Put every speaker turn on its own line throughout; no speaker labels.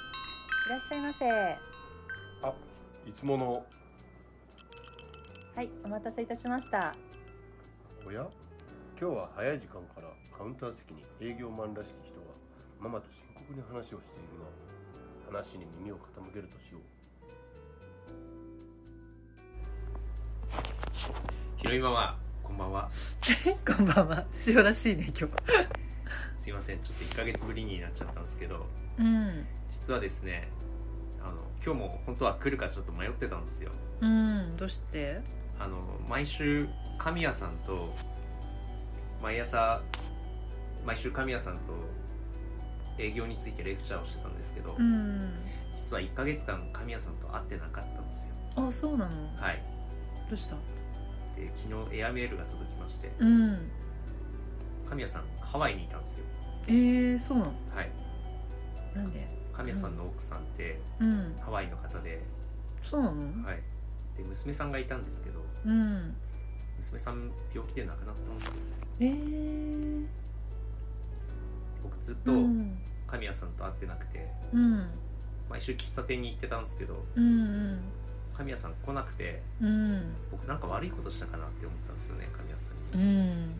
いらっしゃいませ。はい
あいつもの
い、お待たせいたしました。
おや今日は早い時間からカウンター席に営業マンらしき人がママと深刻に話をしているな話に耳を傾けるとしよう
ひろみママこんばんは
こんばんは。塩らしいね、今日。
すいませんちょっと1ヶ月ぶりになっちゃったんですけど
うん。
実はですねあの今日も本当は来るかちょっと迷ってたんですよ
うん、どうして。
あの毎週神谷さんと毎朝毎週神谷さんと営業についてレクチャーをしてたんですけど、
うん。
実は1ヶ月間神谷さんと会ってなかったんですよ
あ、そうなの。
はい
どうした。
で昨日エアメールが届きまして
うん。
神谷さんハワイにいたんですよ
えー、そうなの。
はい
なんで。
神谷さんの奥さんって
うん。
ハワイの方で
そうなの。
はい、で娘さんがいたんですけど
うん。
娘さん病気で亡くなったんですよ
えー。
僕ずっと
うん。
神谷さんと会ってなくて、
うん。
毎週喫茶店に行ってたんですけど
うん。
神谷さん来なくて
うん。
僕なんか悪いことしたかなって思ったんですよね神谷さんに
うん。
で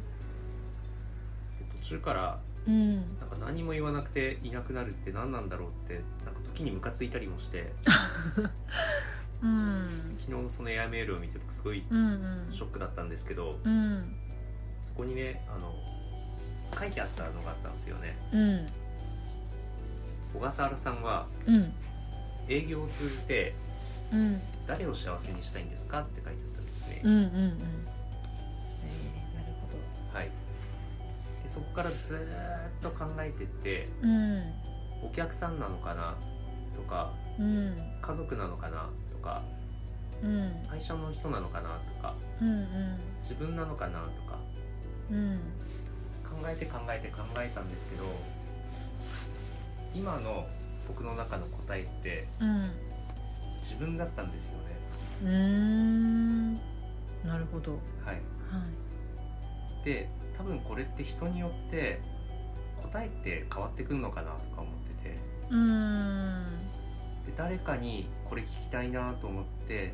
途中から
うん。
なんか何も言わなくていなくなるって何なんだろうってなんか時にムカついたりもして
うん。
昨日のそのエアメールを見て僕すごい
うん。
ショックだったんですけど
うん。
そこにねあの書いてあったのがあったんですよね
うん。
小笠原さんは
うん。
営業を通じて
うん。
誰を幸せにしたいんですかって書いてあったんですね、
うんうんうん。えー、なるほど。
はい、でそこからずーっと考えてって
うん
お客さんなのかなとか
うん
家族なのかなとか
うん
会社の人なのかなとか
うん
自分なのかなとか
うん
考えて考えて考えたんですけど今の僕の中の答えって
うん
自分だったんですよね、
うーんなるほど
はい、
は
で多分これって人によって答えって変わってくるのかなとか思ってて
いうーん
で誰かにこれ聞きたいなと思って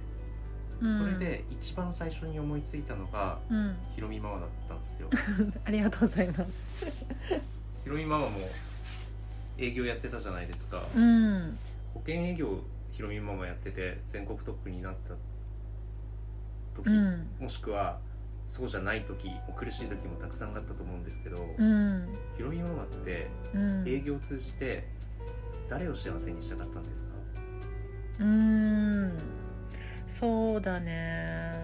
うん
それで一番最初に思いついたのが
うん
ひろみママだったんで すよ
ありがとうございます
ひろみママも営業やってたじゃないですか
うん
保険営業ひろみママやってて全国トップになった時、
うん
もしくはそうじゃない時も苦しい時もたくさんあったと思うんですけど、
うん
ひろみママって
うん
営業を通じて誰を幸せにしたかったんですか
うーんそうだね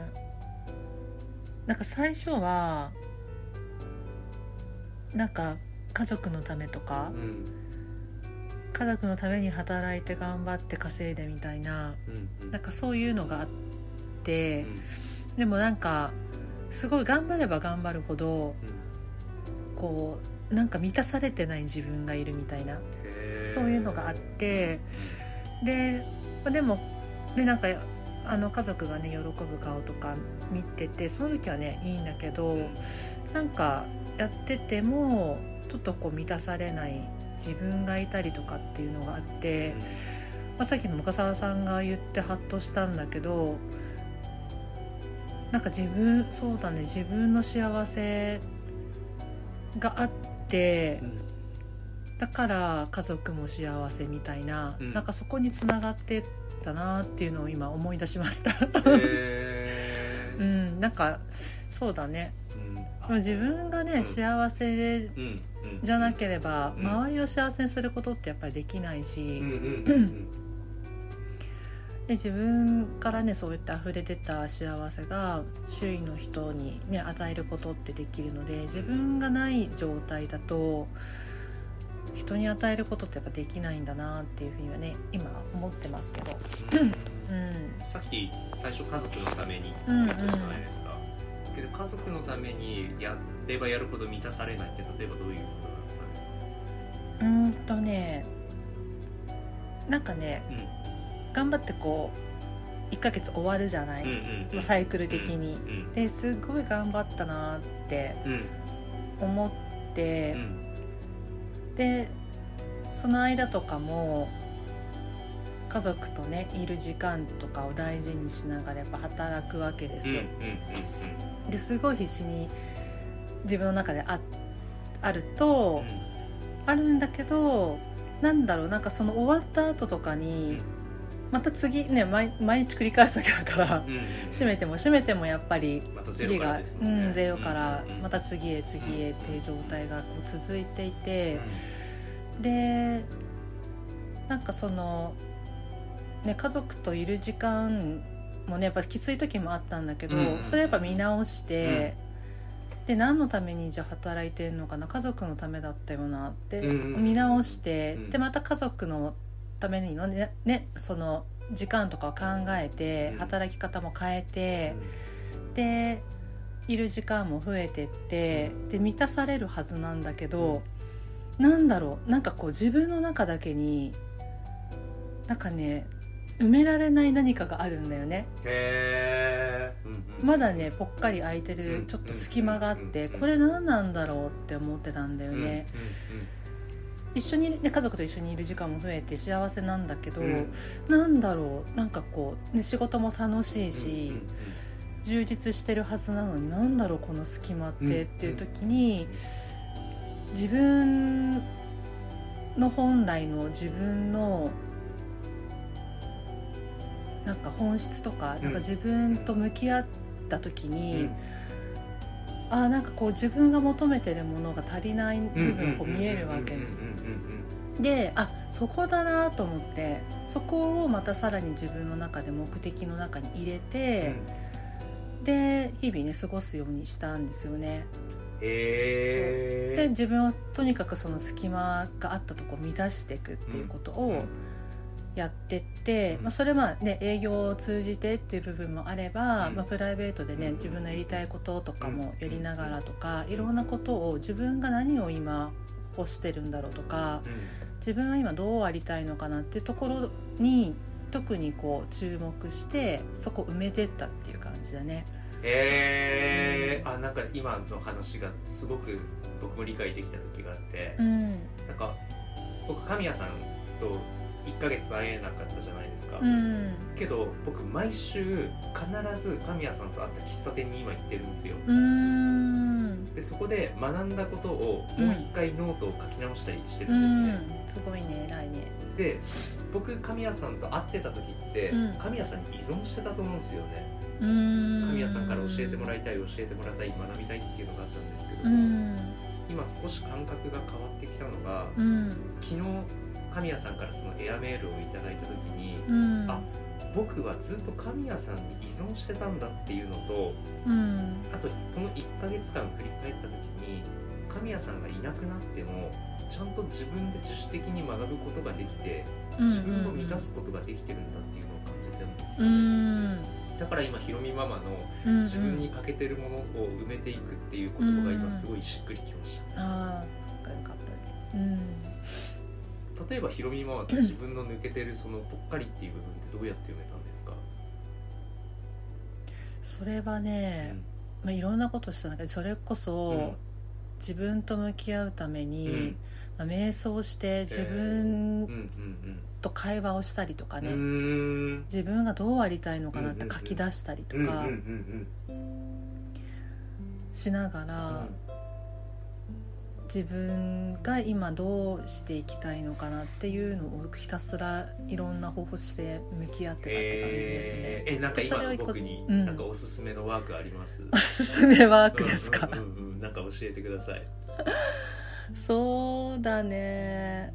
なんか最初はなんか家族のためとか、
うん
家族のために働いて頑張って稼いでみたいな
うんうん
なんかそういうのがあっ
う
て
ん
でもなんかすごい頑張れば頑張るほど
うん
こうなんか満たされてない自分がいるみたいな
へー
そういうのがあってででもでなんかあの家族がね喜ぶ顔とか見ててその時はねいいんだけど
うん
なんかやっててもちょっとこう満たされない自分がいたりとかっていうのがあって。まあ、さっきの岡沢さんが言ってハッとしたんだけどなんか自分そうだね自分の幸せがあって
うん
だから家族も幸せみたいな、
うん
なんかそこにつながってったなっていうのを今思い出しま した、
へ
う
ー
ん、なんかそうだね
うん
まあ自分がね、
うん
幸せ
うんうん
じゃなければ、
うん
周りを幸せにすることってやっぱりできないし、
うんうんうん
で自分からねそういった溢れ出た幸せが周囲の人にね与えることってできるので自分がない状態だと人に与えることってやっぱできないんだなっていうふうにはね今思ってますけど、
うんうん
うん、
さっき最初家族のためにって
うんうん
言ったじゃないですか、けど家族のためにやればやるほど満たされないって例えばどういうことなんですかね
うーんとねなんかね
うん
頑張ってこう1ヶ月終わるじゃない、
うんうん
まあサイクル的に。
うん
ですごい頑張ったなって
うん
思って。
うん
でその間とかも家族とねいる時間とかを大事にしながらやっぱ働くわけです
うんうん
よ。ですごい必死に自分の中であある
うんう
と
ん、
あるんだけどなんだろうなんかその終わった後とか
う
に
ん
また次ね毎毎日繰り返すわけだから
うんうん
閉めても閉めてもやっぱり
またゼロ
次
から
が
です
う
もんね
んゼロから
うんうんうん
また次へ次へっていう状態がこう続いていて。
うん
でなんかその、ね、家族といる時間もねやっぱきつい時もあったんだけど、
うんうんうん
それやっぱ見直して、で何のためにじゃあ働いてんのかな家族のためだったよなって、
うんうんうん
見直して、
うん
でまた家族のためにのねねその時間とかを考えて、
うん
働き方も変えて、でいる時間も増えてって、で満たされるはずなんだけど、なんだろうなんかこう自分の中だけになんかね埋められない何かがあるんだよね
へーうんうん
まだねぽっかり空いて
う
る
ん
ちょっと隙間があって、
うん
これ何なんだろうって思ってたんだよね、一緒に、ね、家族と一緒にいる時間も増えて幸せなんだけど、
うんうんうん
なんだろうなんかこう、ね、仕事も楽しいし、
うんうんうん
充実してるはずなのになんだろうこの隙間って、
うん
っていう時に自分の本来の自分のなんか本質とか,、
ん
なんか自分と向き合った時に、
うん
あーなんかこう自分が求めてるものが足りない部
うん
分がこう見えるわけ
う
で
んうん
す
うん
であそこだなと思ってそこをまたさらに自分の中で目的の中に入れ
うんう
て。
ん
で日々ね過ごすようにしたんですよね
へ
で自分をとにかくその隙間があったとこを満たしていくっていうこと
うん
をやってって、
うん
まあ、それはね営業を通じてっていう部分もあれば、
うん
まあ、プライベートで
う
ね
ん
自分のやりたいこととかも
うん
やりながらとかいろんなことを自分が何を今欲してるんだろうとか自分は今どうありたいのかなっていうところに特にこう注目してそこを埋めてったっていう感じだね。
えあなんか今の話がすごく僕も理解できた時があって
うん、
なんか僕神谷さんと1ヶ月会えなかったじゃないですか、
うん
けど僕毎週必ず神谷さんと会った喫茶店に今行ってるんですよ
うーん
でそこで学んだことをもう一回ノートを書き直したりしてるんですね、
すごいね偉いね
で僕神谷さんと会ってた時って、
うん
神谷さんに依存してたと思うんですよね
うーん
神谷さんから教えてもら
い
いたい教えてもらいたい学びたいっていうのがあったんですけど、
うん
今少し感覚が変わってきたのが、
うん
昨日神谷さんからそのエアメールをいただいた時に、
うん
あ僕はずっと神谷さんに依存してたんだっていうのと
うん
あとこの1ヶ月間振り返った時に神谷さんがいなくなってもちゃんと自分で自主的に学ぶことができて自分を満たすことができてるんだっていうのを感じてるんです
う
よ、
ん
だから今ひろみママの
うん
自分に欠けてるものを埋めていくっていう言葉が今すごいしっくりきました、
ああそっかよかったね
例えばひろみママって自分の抜けてるそのぽっかりっていう部分ってどうやって埋めたんですか、
うんそれはね、まあ、いろんなことしたんだけどそれこそ、
うん
自分と向き合うため
う
に、
んうん
まあ、瞑想して自
うんう
分
ん
と会話をしたりとか
うんう
ね、
ーん
自分がどうありたいのかなって
うんうんうん
書き出したりと
うんうんうん
か
うん
しながら、自分が今どうしていきたいのかなっていうのをひたすらいろんな方法して向き合ってたって感じですね。
えーえなんか今の僕に
うん
なんかおすすめのワークあります
おすすめワークですか、
うんうんうんうんなんか教えてください
そうだね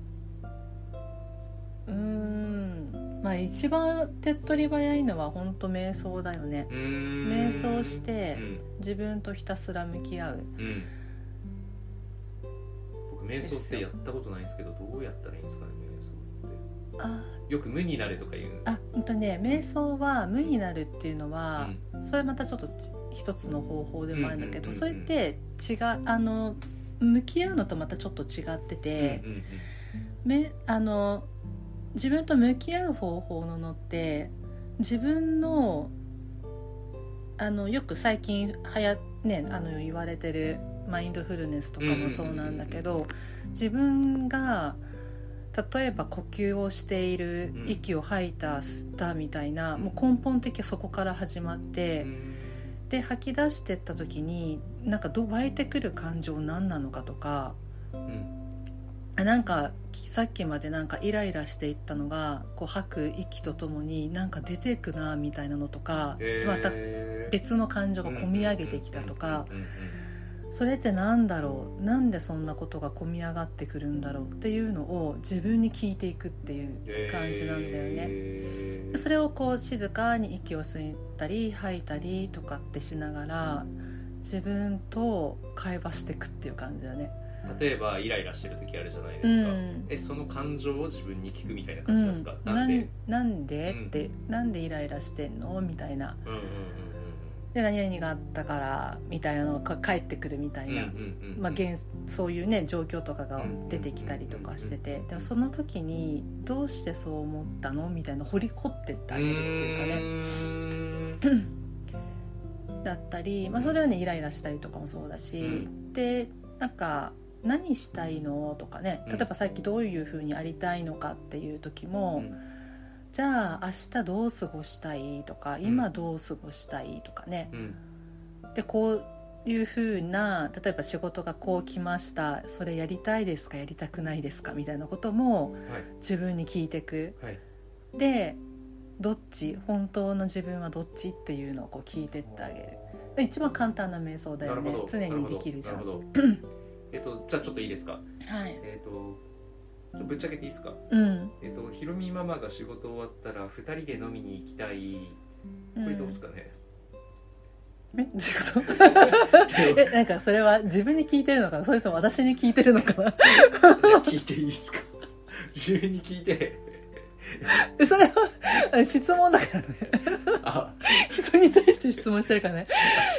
うーんまあ一番手っ取り早いのは本当瞑想だよね
うーん
瞑想して
うん
自分とひたすら向き合う
うん僕瞑想っ
です
て
よ
やったことないんですけどどうやったらいいんですかね瞑想っ
あ
てよく無になれとか言う
あほんとね瞑想は無になるっていうのは、
うん
それまたちょっと一つの方法でもあるんだけど、
うんうんうんうん
それって違うあの向き合うのとまたちょっと違ってて
う、んうん
めあの自分と向き合う方法ののって自分のあのよく最近はや、ね、あの言われてるマインドフルネスとかもそうなんだけど、自分が例えば呼吸をしている
うん
息を吐いた吸ったみたいなもう根本的にそこから始まってで吐き出してった時になんかど湧いてくる感情何なのかとか
うん
あなんかさっきまでなんかイライラしていったのがこう吐く息とともになんか出てくなみたいなのとかまた
えー
別の感情が込み上げてきたとか
うんうんうん
それってなんだろうなんでそんなことが込み上がってくるんだろうっていうのを自分に聞いていくっていう感じなんだよね。
えー
それをこう静かに息を吸ったり吐いたりとかってしながら自分と会話していくっていう感じだね。
例えばイライラしてる時あるじゃないで
う
すか、
ん
えその感情を自分に聞くみたいな
う
感じなんです
ん
か、、な
なん
で
んなんで、
うん
ってなんでイライラしてんのみたいな
うんうん
で何々があったからみたいなのが返ってくるみたい
うんうんうん
な、
うんうんうん
まあ、現そういうね状況とかが出てきたりとかしててでもその時にどうしてそう思ったのみたいな掘り掘ってってあげるっていうかね
うーん
だったり、まあ、それはねイライラしたりとかもそうだし、
うん
でなんか何したいのとかね
うん
例えばさっきどういうふうにありたいのかっていう時
う
も、
ん
じゃあ明日どう過ごしたいとか今どう過ごしたいとかね、
うん
でこういうふうな例えば仕事がこう来ましたそれやりたいですかやりたくないですかみたいなことも
はい
自分に聞いてく
はい
でどっち本当の自分はどっちっていうのをこう聞いてってあげるで一番簡単な瞑想だよ
な
ね
るほど
常にできるじゃん
なるほどえっとじゃあちょっといいですか
はい
えっとちょっとぶっちゃけていいですか
うん
えっとひろみママが仕事終わったら二人で飲みに行きたい
う
こ
ん
れどうですかね、
えど ういうこと えなんかそれは自分に聞いてるのかなそれとも私に聞いてるのかな
じゃあ聞いていいですか自由に聞いて
えそれは質問だからね
あ
人に対して質問してるからね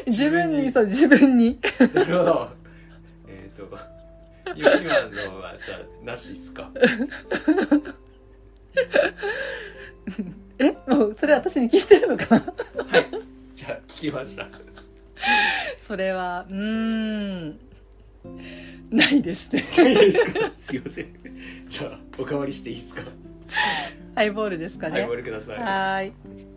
自分に
自分に
そう自分に
なるほどえっ、とゆきまんのはじゃあなしっすか
えもうそれ私に聞いてるのかな
はいじゃあ聞きました
それはうー んないです ね
いいですかすいませんじゃあおかわりしていいですか
ハイボールですか
はい
ね
お、りください
はーい